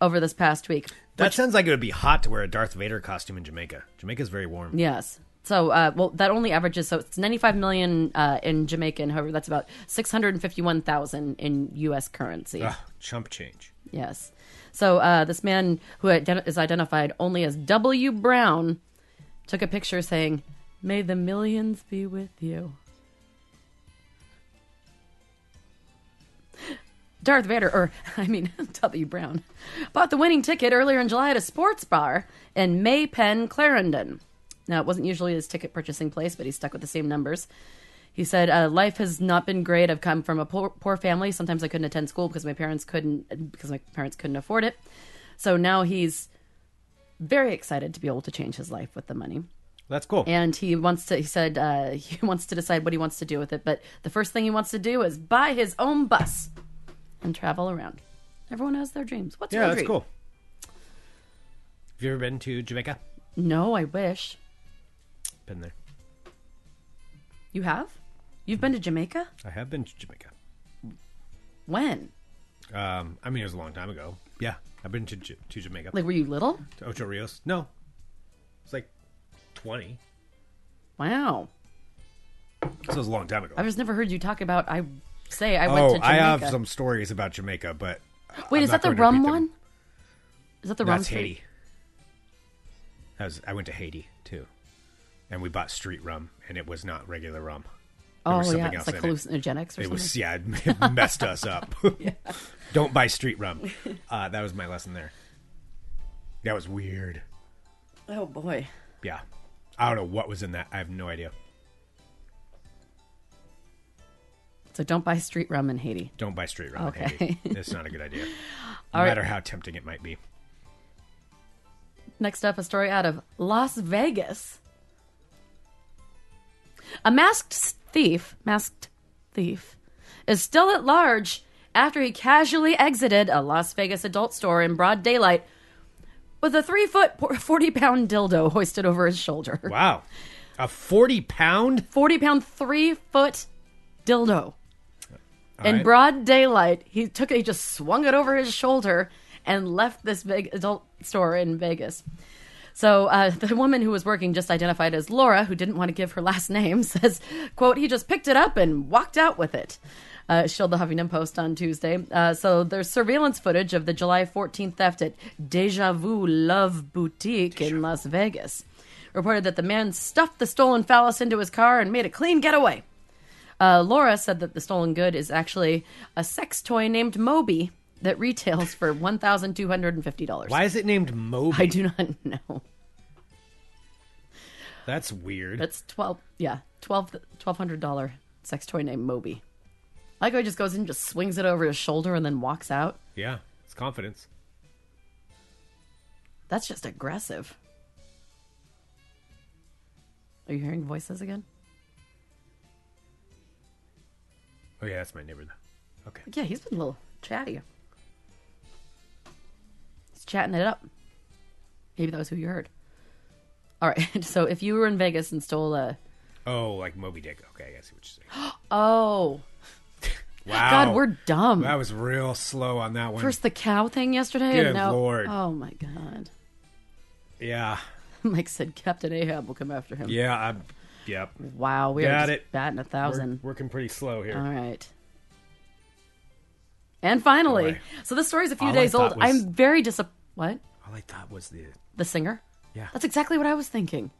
S2: over this past week.
S1: That sounds like it would be hot to wear a Darth Vader costume in Jamaica. Jamaica's very warm.
S2: Yes. So, uh, well, that only averages so it's 95 million uh, in Jamaican. However, that's about 651,000 in U.S. currency.
S1: Ugh, chump change.
S2: Yes. So uh, this man who ident- is identified only as W. Brown took a picture saying, "May the millions be with you." Darth Vader, or I mean W. Brown, bought the winning ticket earlier in July at a sports bar in Maypen, Clarendon. Now it wasn't usually his ticket purchasing place, but he stuck with the same numbers. He said, uh, "Life has not been great. I've come from a poor, poor family. Sometimes I couldn't attend school because my parents couldn't because my parents couldn't afford it. So now he's very excited to be able to change his life with the money."
S1: That's cool.
S2: and he wants to he said uh, he wants to decide what he wants to do with it but the first thing he wants to do is buy his own bus and travel around everyone has their dreams what's
S1: yeah,
S2: your
S1: that's
S2: dream?
S1: cool. Have you ever been to Jamaica?
S2: no i wish
S1: Been there.
S2: you have you've been to jamaica
S1: I have been to Jamaica.
S2: when
S1: Um, I mean, it was a long time ago. Yeah, I've been to J- to Jamaica.
S2: like were you little
S1: to Ocho Rios? No, it's like twenty.
S2: wow
S1: So it was a long time ago.
S2: i've just never heard you talk about i say i went
S1: oh,
S2: to jamaica
S1: I have some stories about Jamaica, but
S2: wait
S1: I'm
S2: is
S1: not
S2: that the
S1: going to
S2: rum
S1: repeat them.
S2: one is that the rum
S1: That's
S2: street?
S1: Haiti. That was, I went to Haiti too, and we bought street rum, and it was not regular rum. There
S2: oh
S1: was
S2: yeah
S1: something
S2: it's
S1: else
S2: like
S1: in it.
S2: hallucinogenics or
S1: It
S2: something
S1: was yeah, it messed us up. Don't buy street rum. Uh, that was my lesson there. That was weird.
S2: oh boy
S1: Yeah, I don't know what was in that. I have no idea.
S2: so don't buy street rum in haiti
S1: Don't buy street rum.
S2: Okay.
S1: Haiti. It's not a good idea. no
S2: All right.
S1: matter how tempting it might be.
S2: Next up, a story out of Las Vegas. A masked thief, masked thief, is still at large after he casually exited a Las Vegas adult store in broad daylight with a three foot, 40 pound dildo hoisted over his shoulder.
S1: Wow, a forty pound.
S2: 40 pound, three foot dildo. in
S1: right.
S2: broad daylight, he took it, he just swung it over his shoulder and left this big adult store in Vegas. So uh, the woman who was working, just identified as Laura, who didn't want to give her last name, says, "quote He just picked it up and walked out with it." Uh, it showed the Huffington Post on Tuesday. Uh, so there's surveillance footage of the July 14th theft at Deja Vu Love Boutique in Las Vegas. Reported that the man stuffed the stolen phallus into his car and made a clean getaway. Uh, Laura said that the stolen good is actually a sex toy named Moby that retails for one thousand two hundred and fifty dollars.
S1: Why is it named
S2: I
S1: Moby?
S2: do not know.
S1: That's weird.
S2: That's twelve. Yeah, twelve twelve hundred dollar sex toy named Moby. I Like how he just goes in, and just swings it over his shoulder, and then walks out.
S1: yeah, it's confidence.
S2: That's just aggressive. Are you hearing voices again?
S1: Oh yeah, that's my neighbor though. Okay.
S2: Yeah, he's been a little chatty. He's chatting it up. Maybe that was who you heard. All right. So if you were in Vegas and stole a
S1: Oh, like Moby Dick. Okay, I see what you're saying.
S2: oh
S1: Wow.
S2: God, we're dumb.
S1: That was real slow on that one.
S2: First the cow thing yesterday.
S1: Good
S2: and now,
S1: Lord.
S2: Oh my God.
S1: Yeah.
S2: Mike said Captain Ahab will come after him.
S1: Yeah. I'm, yep.
S2: Wow, we are
S1: Got
S2: just
S1: it.
S2: batting a
S1: We're
S2: thousand.
S1: working pretty slow here.
S2: All right. And finally,
S1: Boy.
S2: so this story's a few
S1: All I
S2: days old.
S1: thought was-
S2: I'm very disappointed. What?
S1: All I thought was the
S2: The singer?
S1: yeah.
S2: That's exactly what I was thinking.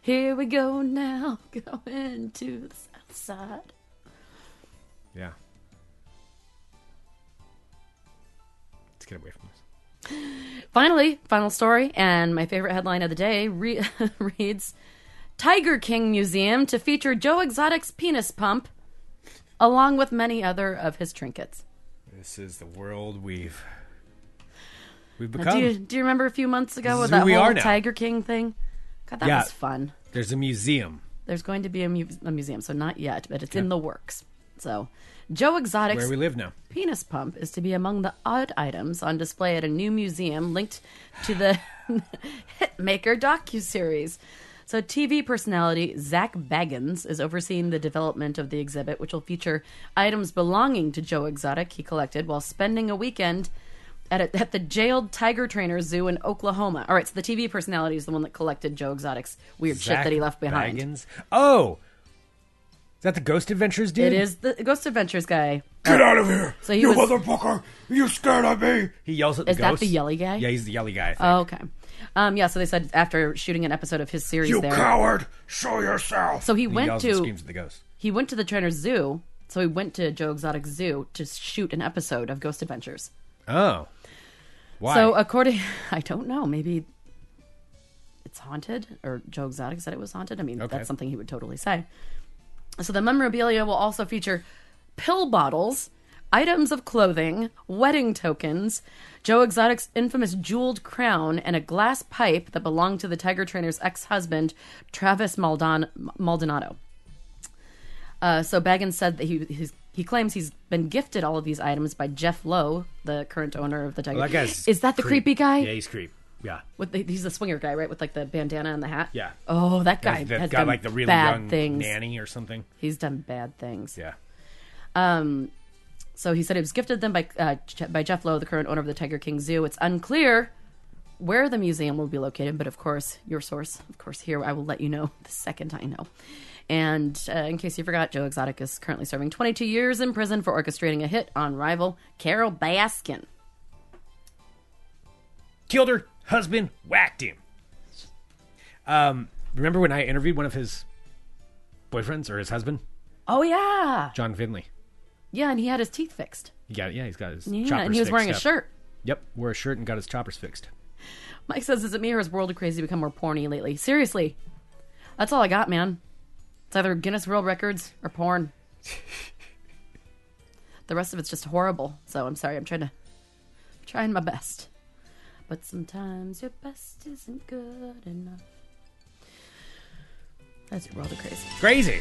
S2: Here we go now, going to the south side.
S1: yeah. Let's get away from this.
S2: Finally, final story, and my favorite headline of the day re- reads Tiger King Museum to feature Joe Exotic's penis pump, along with many other of his trinkets.
S1: This is the world we've we've
S2: Now, do,
S1: become.
S2: you, do you remember a few months ago
S1: This
S2: with
S1: is who
S2: that
S1: we are
S2: whole
S1: now.
S2: Tiger King thing? God, that
S1: Yeah.
S2: was fun.
S1: There's a museum
S2: There's going to be a, mu- a museum, so not yet, but it's in the works. So, Joe Exotic's
S1: where we live now.
S2: penis pump is to be among the odd items on display at a new museum linked to the Hitmaker docuseries. So, TV personality Zach Baggins is overseeing the development of the exhibit, which will feature items belonging to Joe Exotic he collected while spending a weekend at, a, at the jailed tiger trainer zoo in Oklahoma. All right, so the TV personality is the one that collected Joe Exotic's weird shit that he left behind.
S1: Baggins? Oh, is that the Ghost Adventures dude?
S2: It is the Ghost Adventures guy.
S1: Get out of here!
S2: So he
S1: you
S2: was-
S1: motherfucker! You scared of me! He yells at the
S2: Is that
S1: ghost.
S2: the yelly guy?
S1: Yeah, he's the yelly guy. I think.
S2: Oh, okay. Um, yeah, so they said after shooting an episode of his series there.
S1: coward! Show yourself!
S2: So he
S1: And
S2: went
S1: yells
S2: to-
S1: and screams at the ghost.
S2: He went to the trainer's zoo, so he went to Joe Exotic Zoo to shoot an episode of Ghost Adventures.
S1: Oh, why?
S2: So according I don't know, maybe it's haunted or Joe Exotic said it was haunted. I mean,
S1: Okay.
S2: that's something he would totally say. So the memorabilia will also feature pill bottles, items of clothing, wedding tokens, Joe Exotic's infamous jeweled crown, and a glass pipe that belonged to the tiger trainer's ex-husband, Travis Maldon- Maldonado. Uh, so Baggins said that he he's, he claims he's been gifted all of these items by Jeff Lowe, the current owner of the Tiger.
S1: Well, that guy's
S2: is that the
S1: creep.
S2: creepy guy?
S1: Yeah, he's creep. Yeah,
S2: With the, he's the swinger guy, right? With like the bandana and the hat.
S1: Yeah.
S2: Oh, that guy
S1: that
S2: has
S1: got
S2: done
S1: like the really
S2: bad
S1: young
S2: things.
S1: nanny or something.
S2: He's done bad things.
S1: Yeah.
S2: Um, so he said it was gifted them by uh, Je- by Jeff Lowe, the current owner of the Tiger King Zoo. It's unclear where the museum will be located, but of course, your source, of course, here I will let you know the second I know. And uh, in case you forgot, Joe Exotic is currently serving 22 years in prison for orchestrating a hit on rival Carol Baskin.
S1: killed her husband, whacked him. Um, remember when I interviewed one of his boyfriends or his husband,
S2: Oh yeah,
S1: John Finley?
S2: yeah, and he had his teeth fixed.
S1: He got yeah, he's got his
S2: Yeah,
S1: choppers
S2: and he was
S1: fixed
S2: wearing a
S1: up.
S2: shirt.
S1: Yep, wore a shirt and got his choppers fixed.
S2: Mike says, "Is it me or has World of Crazy become more porny lately?" Seriously, that's all I got, man. It's either Guinness World Records or porn. the rest of it's just horrible. So I'm sorry. I'm trying to, trying my best, but sometimes your best isn't good enough. That's World of Crazy.
S1: Crazy.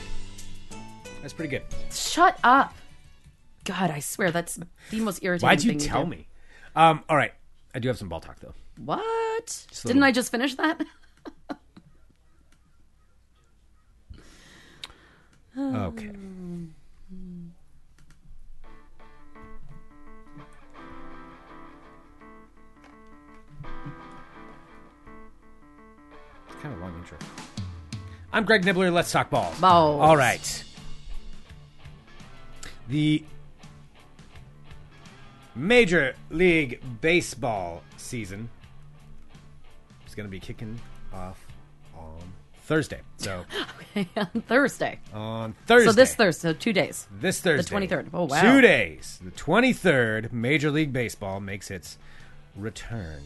S1: That's pretty good.
S2: Shut up. God, I swear that's the most irritating.
S1: Why'd you
S2: thing
S1: tell
S2: do.
S1: me? Um, all right, I do have some ball talk though.
S2: What?
S1: a
S2: Didn't
S1: little-
S2: I just finish that?
S1: Okay. It's kind of a long intro. I'm Greg Nibbler. Let's talk balls.
S2: Balls.
S1: All right. The Major League Baseball season is going to be kicking off on Thursday. So
S2: On Thursday.
S1: on Oh. Thursday.
S2: So this Thursday, so two days.
S1: This Thursday,
S2: 23rd. Oh, wow.
S1: Two days. The twenty third, Major League Baseball makes its return,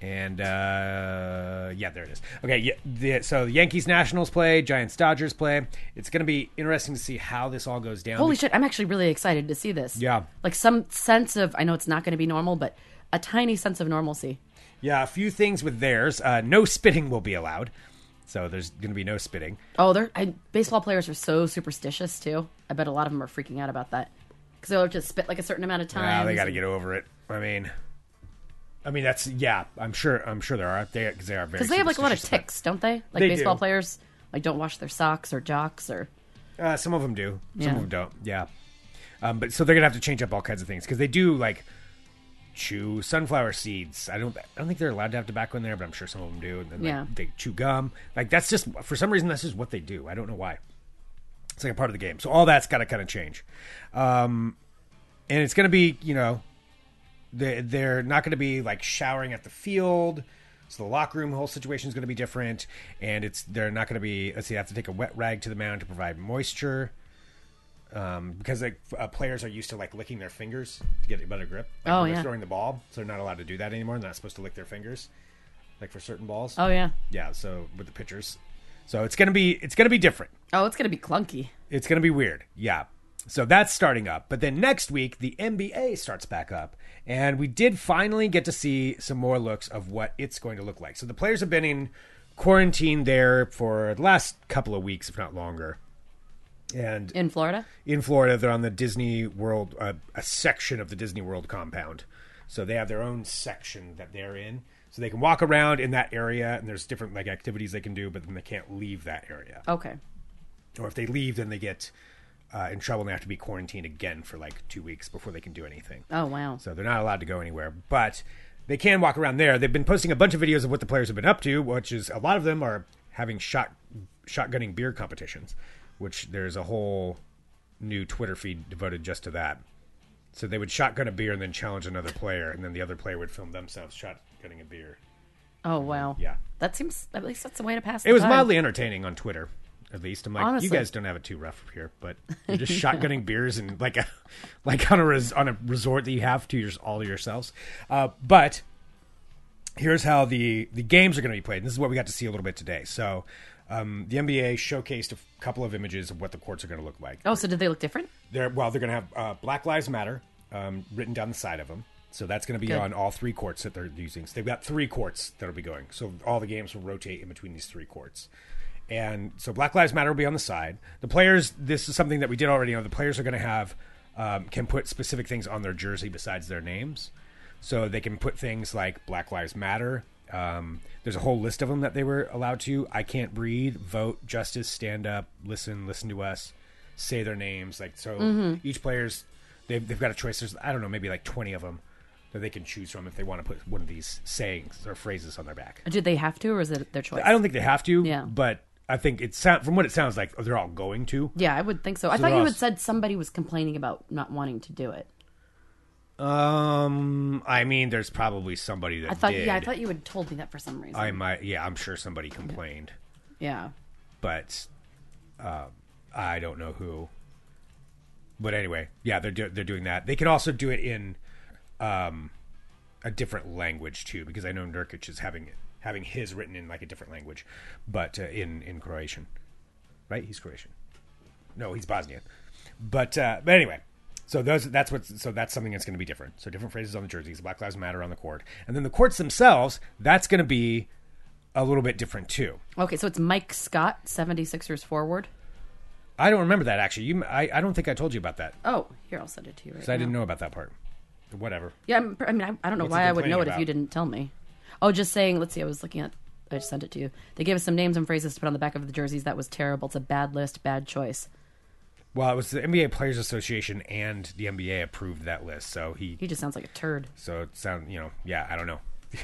S1: and uh, yeah, there it is. Okay, yeah, the, so the Yankees Nationals play, Giants Dodgers play. It's going to be interesting to see how this all goes down.
S2: Holy shit, I'm actually really excited to see this.
S1: Yeah.
S2: Like some sense of I know it's not going to be normal, but a tiny sense of normalcy.
S1: yeah, a few things with theirs. Uh, no spitting will be allowed, so there's going to be no spitting.
S2: Oh, they're I, baseball players are so superstitious too. I bet a lot of them are freaking out about that because they'll just spit like a certain amount of time.
S1: Nah, Ah, they got to get over it. I mean. I mean that's yeah. I'm sure. I'm sure there are they because they are very
S2: because they have like a lot of
S1: superstitious, but-
S2: ticks, don't they? Like
S1: They
S2: baseball
S1: do.
S2: players like don't wash their socks or jocks or
S1: Uh, some of them do. Some
S2: Yeah.
S1: of them don't. Yeah. Um, but so they're gonna have to change up all kinds of things because they do like chew sunflower seeds. I don't. I don't think they're allowed to have tobacco in there, but I'm sure some of them do. And then like,
S2: Yeah.
S1: they chew gum. Like that's just for some reason that's just what they do. I don't know why. It's like a part of the game. So all that's got to kind of change. Um, and it's gonna be you know they they're not going to be like showering at the field so the locker room whole situation is going to be different and it's they're not going to be let's see have to take a wet rag to the mound to provide moisture um, because like f- uh, players are used to like licking their fingers to get a better grip like,
S2: Oh,
S1: when
S2: yeah.
S1: they're throwing the ball so they're not allowed to do that anymore they're not supposed to lick their fingers like for certain balls
S2: oh yeah.
S1: yeah so with the pitchers so it's going to be it's going to be different
S2: Oh, it's gonna be clunky.
S1: it's going to be weird. Yeah. So that's starting up. But then next week, the NBA starts back up. And we did finally get to see some more looks of what it's going to look like. So the players have been in quarantine there for the last couple of weeks, if not longer. and
S2: in Florida.
S1: in Florida, they're on the Disney World, uh, a section of the Disney World compound. So they have their own section that they're in. So they can walk around in that area, and there's different like activities they can do, but then they can't leave that area.
S2: Okay.
S1: Or if they leave, then they get uh, in trouble and they have to be quarantined again for like two weeks before they can do anything.
S2: Oh wow.
S1: So they're not allowed to go anywhere, but they can walk around there. They've been posting a bunch of videos of what the players have been up to, which is a lot of them are having shot shotgunning beer competitions, which there's a whole new Twitter feed devoted just to that. So they would shotgun a beer and then challenge another player, and then the other player would film themselves shotgunning a beer.
S2: oh wow.
S1: Yeah.
S2: That seems at least that's a way to pass.
S1: It was
S2: time.
S1: mildly entertaining on Twitter. At least I'm like,
S2: Honestly.
S1: you guys don't have it too rough here, but you're just shotgunning beers and like a like on a res, on a resort that you have to yours, all yourselves. Uh, but here's how the the games are going to be played. And this is what we got to see a little bit today. So um, the NBA showcased a f- couple of images of what the courts are going to look like.
S2: Oh, so did they look different?
S1: They're, well, they're going to have uh, Black Lives Matter um, written down the side of them. So that's going to be
S2: Good.
S1: on all three courts that they're using. So they've got three courts that'll be going. So all the games will rotate in between these three courts. And so Black Lives Matter will be on the side. The players, this is something that we did already know. The players are going to have, um, can put specific things on their jersey besides their names. So they can put things like Black Lives Matter. Um, there's a whole list of them that they were allowed to. I can't breathe, vote, justice, stand up, listen, listen to us, say their names. Like so,
S2: Mm-hmm.
S1: each player's they've they've got a choice. There's I don't know maybe like 20 of them that they can choose from if they want to put one of these sayings or phrases on their back.
S2: Did they have to, or is it their choice?
S1: I don't think they have to.
S2: Yeah.
S1: But I think it's from what it sounds like they're all going to.
S2: yeah, I would think so. I thought
S1: they're
S2: you
S1: all-
S2: had said somebody was complaining about not wanting to do it.
S1: Um, I mean, there's probably somebody that
S2: I thought
S1: did.
S2: yeah, I thought you had told me that for some reason.
S1: I might. Yeah, I'm sure somebody complained.
S2: yeah.
S1: but uh, I don't know who. But anyway, yeah, they're do- they're doing that. They can also do it in um, a different language too, because I know Nurkic is having having his written in like a different language, but uh, in in Croatian, right? He's Croatian. No, he's Bosnian. But uh, but anyway, so those that's what so that's something that's going to be different. So different phrases on the jerseys, Black Lives Matter on the court, and then the courts themselves. That's going to be a little bit different too.
S2: Okay, so it's Mike Scott, 76ers forward.
S1: I don't remember that actually. You, I, I don't think I told you about that.
S2: Oh, here I'll send it to you. Right
S1: 'cause I
S2: now.
S1: didn't know about that part. Whatever.
S2: Yeah, I'm, I mean, I, I don't know
S1: What's
S2: why
S1: he
S2: I would know it
S1: complaining
S2: if you
S1: about?
S2: didn't tell me. Oh, just saying. Let's see. I was looking at. I just sent it to you. They gave us some names and phrases to put on the back of the jerseys. That was terrible. It's a bad list, bad choice.
S1: Well, it was the NBA Players Association and the NBA approved that list. So he,
S2: He just sounds like a turd.
S1: so it sound, you know, yeah, I don't know.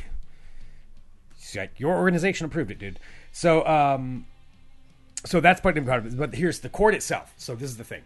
S1: It's like, your organization approved it, dude. So, um, so that's part of it. But here's the court itself. So this is the thing.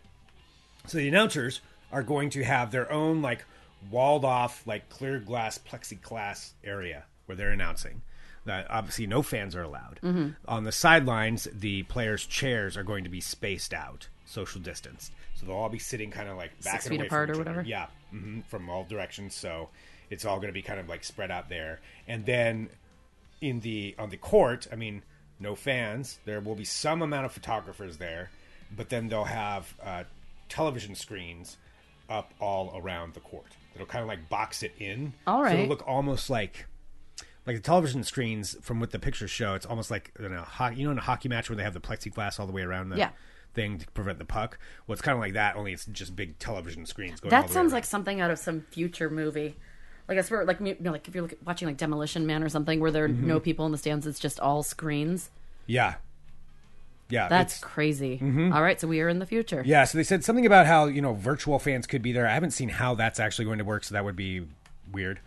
S1: So the announcers are going to have their own like walled off like clear glass plexiglass area where they're announcing. That obviously no fans are allowed.
S2: Mm-hmm.
S1: On the sidelines, the players' chairs are going to be spaced out, social distanced. So they'll all be sitting kind of like back
S2: Six
S1: and
S2: feet
S1: away
S2: apart
S1: from
S2: or
S1: each other.
S2: whatever?
S1: Yeah, hmm from all directions. So it's all going to be kind of like spread out there. And then in the on the court, I mean, no fans. There will be some amount of photographers there, but then they'll have uh, television screens up all around the court. It'll kind of like box it in.
S2: All
S1: So it'll
S2: right.
S1: look almost like like the television screens from what the pictures show. It's almost like in a hockey, you know, in a hockey match where they have the plexiglass all the way around the
S2: Yeah.
S1: thing to prevent the puck. Well, it's kind of like that, only it's just big television screens going. all
S2: That
S1: the way
S2: sounds
S1: around.
S2: like something out of some future movie. Like I swear, like you know, like if you're look- watching like Demolition Man or something, where there are
S1: Mm-hmm.
S2: no people in the stands, it's just all screens.
S1: yeah, yeah.
S2: That's
S1: it's- Mm-hmm.
S2: crazy. All right, so we are in the future.
S1: Yeah, so they said something about how you know virtual fans could be there. I haven't seen how that's actually going to work, so that would be weird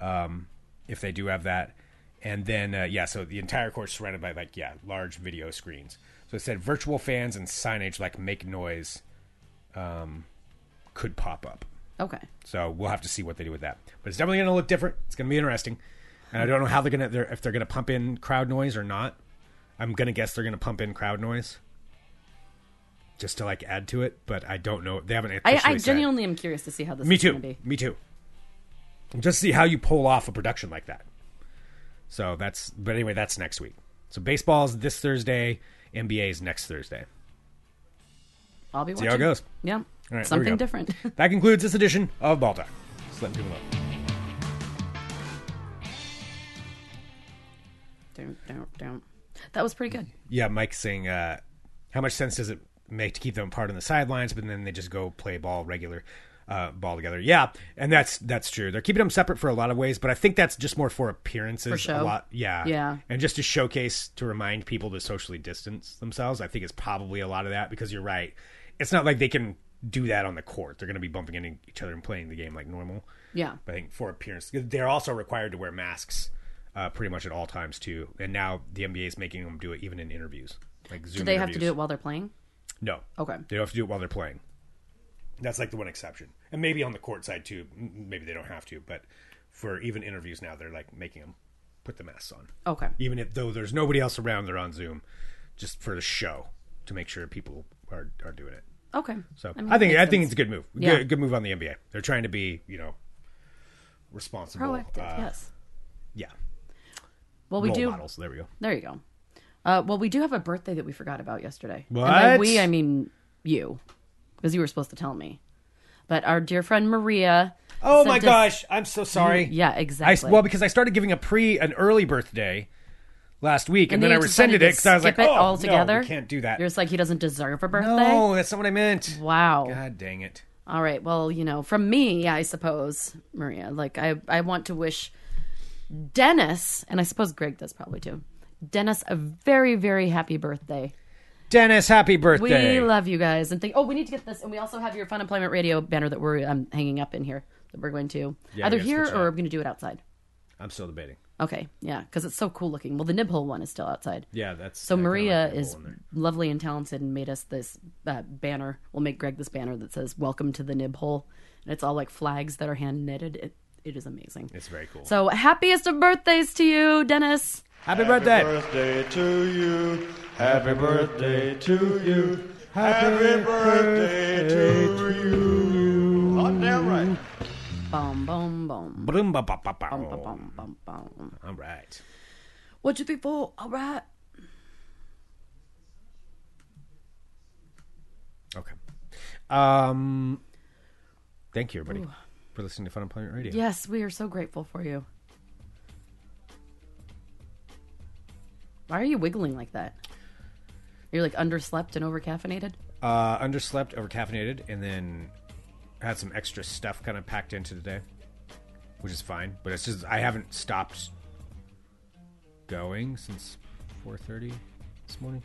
S1: um, if they do have that. And then uh, yeah, so the entire court surrounded by like yeah large video screens. So it said virtual fans and signage like make noise um, could pop up.
S2: Okay.
S1: So we'll have to see what they do with that. But it's definitely going to look different. It's going to be interesting. And I don't know how they're going to if they're going to pump in crowd noise or not. I'm going to guess they're going to pump in crowd noise just to like add to it, but I don't know. They haven't
S2: I,
S1: officially
S2: I
S1: said.
S2: genuinely am curious to see how this
S1: Me
S2: is
S1: too.
S2: Gonna be.
S1: Me too. Just see how you pull off a production like that. So that's but anyway, that's next week. So baseball's this Thursday, NBA's next Thursday.
S2: I'll be watching.
S1: See how it goes.
S2: Yeah.
S1: there we
S2: Something
S1: go.
S2: different.
S1: That concludes this edition of Ball Talk. Just letting people know.
S2: don't, don't, don't. That was pretty good.
S1: Yeah, Mike's saying, uh, how much sense does it make to keep them apart on the sidelines, but then they just go play ball regular. Uh, ball together, yeah, and that's that's true. They're keeping them separate for a lot of ways, but I think that's just more for appearances.
S2: For show.
S1: A lot, yeah,
S2: Yeah.
S1: and just to showcase to remind people to socially distance themselves. I think it's probably a lot of that because you're right. It's not like they can do that on the court. They're going to be bumping into each other and playing the game like normal.
S2: Yeah.
S1: I think for appearance, they're also required to wear masks uh, pretty much at all times too. And now the NBA is making them do it even in interviews, like Zoom.
S2: Do they have to
S1: interviews.
S2: do it Oh. while they're playing?
S1: No.
S2: Okay.
S1: They don't have to do it while they're playing. That's like the one exception, and maybe on the court side too. m- Maybe they don't have to, but for even interviews now, they're like making them put the masks on,
S2: Okay.
S1: even if though there's nobody else around. They're on Zoom, just for the show to make sure people are are doing it.
S2: Okay.
S1: So I,
S2: mean,
S1: think
S2: makes
S1: I think
S2: sense.
S1: it's a good move.
S2: Yeah.
S1: Good, good move on the NBA. They're trying to be you know responsible.
S2: proactive.
S1: uh,
S2: yes.
S1: Yeah.
S2: Well, we
S1: Role
S2: do.
S1: models. There we go.
S2: There you go. Uh, well, we do have a birthday that we forgot about yesterday. And by
S1: What?
S2: we, I mean you, because you were supposed to tell me. But our dear friend Maria.
S1: Oh my
S2: sent us-
S1: gosh! I'm so sorry.
S2: Yeah,
S1: I,
S2: exactly.
S1: well, because I started giving a pre an early birthday last week, and,
S2: you
S1: then I
S2: just
S1: rescinded
S2: decided to
S1: it because I was like,
S2: skip it
S1: "Oh,
S2: altogether?
S1: no, we can't do that."
S2: You're just like he doesn't deserve a birthday.
S1: No, that's not what I meant.
S2: Wow.
S1: God dang it!
S2: All right. Well, you know, from me, I suppose, Maria, like I, I want to wish Dennis, and I suppose Greg does probably too, Dennis a very, very happy birthday.
S1: Dennis, happy
S2: We
S1: birthday!
S2: love you guys. And thank, oh, we need to get this. And we also have your Fun Employment Radio banner that we're um, hanging up in here that we're going to
S1: Yeah,
S2: either
S1: we gotta
S2: here
S1: switch
S2: or
S1: it
S2: we're
S1: up.
S2: going to do it outside.
S1: I'm still debating.
S2: Okay. Yeah. Because it's so cool looking. Well, the nib hole one is still outside.
S1: Yeah, that's
S2: So
S1: I kinda
S2: Maria
S1: like that
S2: is
S1: hole in there.
S2: lovely and talented and made us this uh, banner. We'll make Greg this banner that says "Welcome to the Nib Hole," and it's all like flags that are hand knitted. It, it is amazing.
S1: It's very cool.
S2: So happiest of birthdays to you, Dennis.
S1: happy birthday!
S3: birthday to you. Happy birthday to you. Happy birthday to you. Hot damn right.
S2: Boom, boom, boom.
S1: Boom, ba, ba, ba, ba.
S2: Boom,
S1: Oh.
S2: boom, boom, boom.
S1: All right.
S2: One, two, three, four. All right.
S1: Okay. Um. Thank you, everybody, for listening to Fun Employment Radio.
S2: Yes, we are so grateful for you. Why are you wiggling like that? You're like underslept and overcaffeinated.
S1: Uh, underslept, overcaffeinated, and then had some extra stuff kind of packed into today, which is fine. But it's just I haven't stopped going since 4:30 this morning.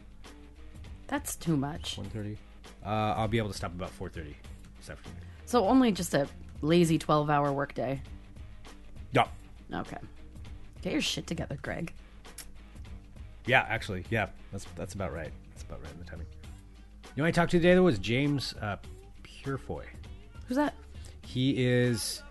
S2: That's too much.
S1: 1:30. Uh, I'll be able to stop about 4:30 this afternoon.
S2: So only just a lazy 12 hour workday.
S1: Yeah,
S2: Okay. Get your shit together, Greg.
S1: yeah, actually, yeah, that's that's about right. That's about right in the timing. You know, who I talked to today though was James uh, Purefoy.
S2: Who's that?
S1: He is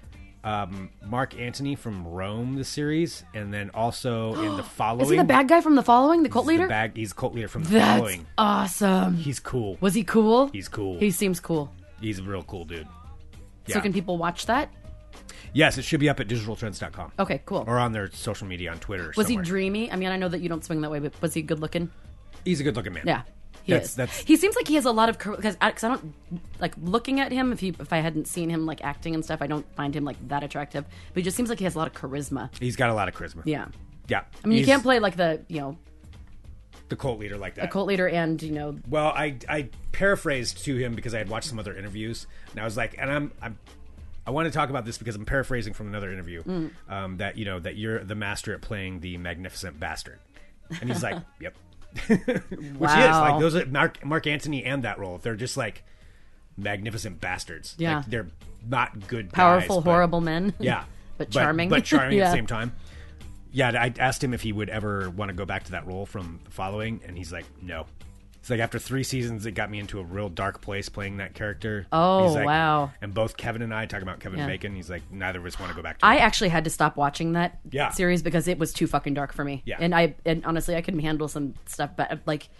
S1: um, Mark Antony from Rome, the series, and then also in the following.
S2: Is he the bad guy from the following, the cult
S1: He's the
S2: leader?
S1: bag- he's cult leader from the
S2: That's
S1: following.
S2: awesome.
S1: He's cool.
S2: Was he cool?
S1: He's cool.
S2: He
S1: He's
S2: seems cool.
S1: he's a real cool dude. Yeah.
S2: So can people watch that?
S1: yes, it should be up at digitaltrends.com
S2: Okay, cool.
S1: or on their social media on Twitter. Or
S2: was he
S1: somewhere.
S2: dreamy? I mean, I know that you don't swing that way, but was he good looking?
S1: he's a good-looking man.
S2: Yeah. He
S1: That's-
S2: is.
S1: that's-
S2: he seems like he has a lot of because I, 'cause I don't like looking at him. If he if I hadn't seen him like acting and stuff, I don't find him like that attractive. But he just seems like he has a lot of charisma.
S1: he's got a lot of charisma.
S2: Yeah,
S1: yeah.
S2: I mean, you
S1: He's
S2: can't play like the you know
S1: the cult leader like that.
S2: cult leader and you know
S1: well, I I paraphrased to him because I had watched some other interviews, and I was like, and I'm I'm. I want to talk about this because I'm paraphrasing from another interview
S2: Mm.
S1: um, that you know that you're the master at playing the magnificent bastard, and he's like, "Yep," which is
S2: Wow.
S1: like those are Mark, Mark Antony and that role. They're just like magnificent bastards.
S2: Yeah.
S1: like, they're not good,
S2: powerful,
S1: guys, but-
S2: horrible men.
S1: yeah,
S2: But charming.
S1: but, charming at
S2: Yeah.
S1: the same time. Yeah, I asked him if he would ever want to go back to that role from the following, and he's like, no. It's like after three seasons, it got me into a real dark place playing that character.
S2: Oh,
S1: He's like-
S2: wow.
S1: And both Kevin and I talking about Kevin
S2: Yeah.
S1: Bacon. He's like, neither of us want to go back to.
S2: I
S1: it.
S2: actually had to stop watching that
S1: Yeah.
S2: series because it was too fucking dark for me.
S1: Yeah.
S2: And I and honestly, I couldn't handle some stuff, but like,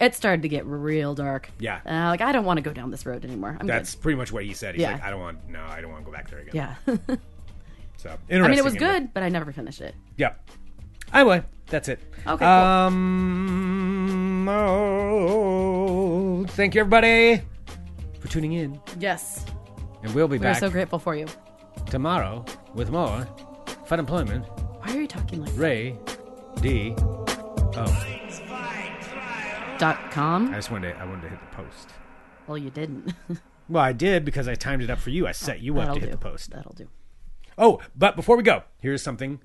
S2: it started to get real dark.
S1: Yeah.
S2: And I'm like I don't want to go down this road anymore. I'm
S1: That's pretty much what he said. He's
S2: Yeah.
S1: like, I don't want. No, I don't want to go back there again.
S2: good. Yeah.
S1: So
S2: I
S1: interesting.
S2: mean, it was
S1: anyway.
S2: good, but I never finished it.
S1: Yep. Anyway, that's it.
S2: Okay, cool.
S1: Um. oh, thank you, everybody, for tuning in,
S2: Yes.
S1: and we'll be
S2: We're
S1: back.
S2: so grateful for you.
S1: tomorrow with more Fun Employment,
S2: Why are you talking like that?
S1: Ray D. O.
S4: Things by trial.
S1: I
S2: com.
S1: just wanted to, I wanted to hit the post.
S2: Well, you didn't.
S1: Well, I did because I timed it up for you. I set you up
S2: That'll
S1: to hit
S2: do.
S1: the post.
S2: That'll do.
S1: Oh, but before we go, here's something.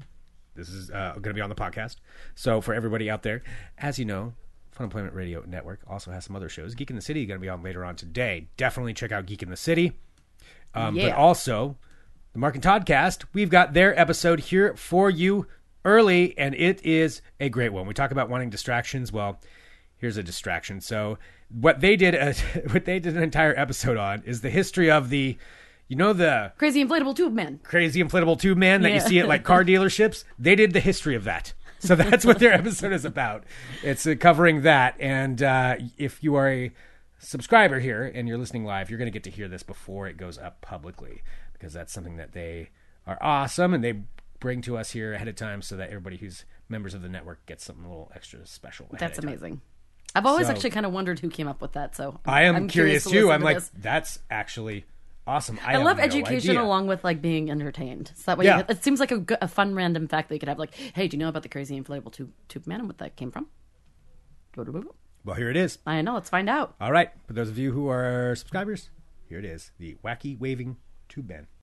S1: This is uh, going to be on the podcast. So for everybody out there, as you know, Fun Employment Radio Network also has some other shows. Geek in the City is going to be on later on today. Definitely check out Geek in the City. Um, But
S2: Yeah.
S1: also, the Mark and Todd cast, we've got their episode here for you early, and it is a great one. We talk about wanting distractions. Well, here's a distraction. So what they did, uh, what they did an entire episode on is the history of the, you know, the
S2: Crazy inflatable tube man.
S1: crazy inflatable tube man that you
S2: Yeah.
S1: see at like car dealerships. They did the history of that. So that's what their episode is about. It's uh, covering that. And uh, if you are a subscriber here and you're listening live, you're going to get to hear this before it goes up publicly because that's something that they are awesome and they bring to us here ahead of time so that everybody who's members of the network gets something a little extra special. ahead
S2: That's
S1: of time.
S2: amazing. I've always
S1: So-
S2: actually kind of wondered who came up with that. So
S1: I am
S2: I'm
S1: curious,
S2: to
S1: too.
S2: listen
S1: I'm
S2: to
S1: like,
S2: this.
S1: that's actually awesome. I,
S2: I
S1: have
S2: love
S1: no
S2: education
S1: idea.
S2: along with like being entertained. So that way,
S1: Yeah.
S2: you- it seems like a, good- a fun random fact that you could have. Like, hey, do you know about the crazy inflatable tube tube man and what that came from?
S1: Well, here it is.
S2: I know. Let's find out.
S1: All right, for those of you who are subscribers, here it is the wacky waving tube man.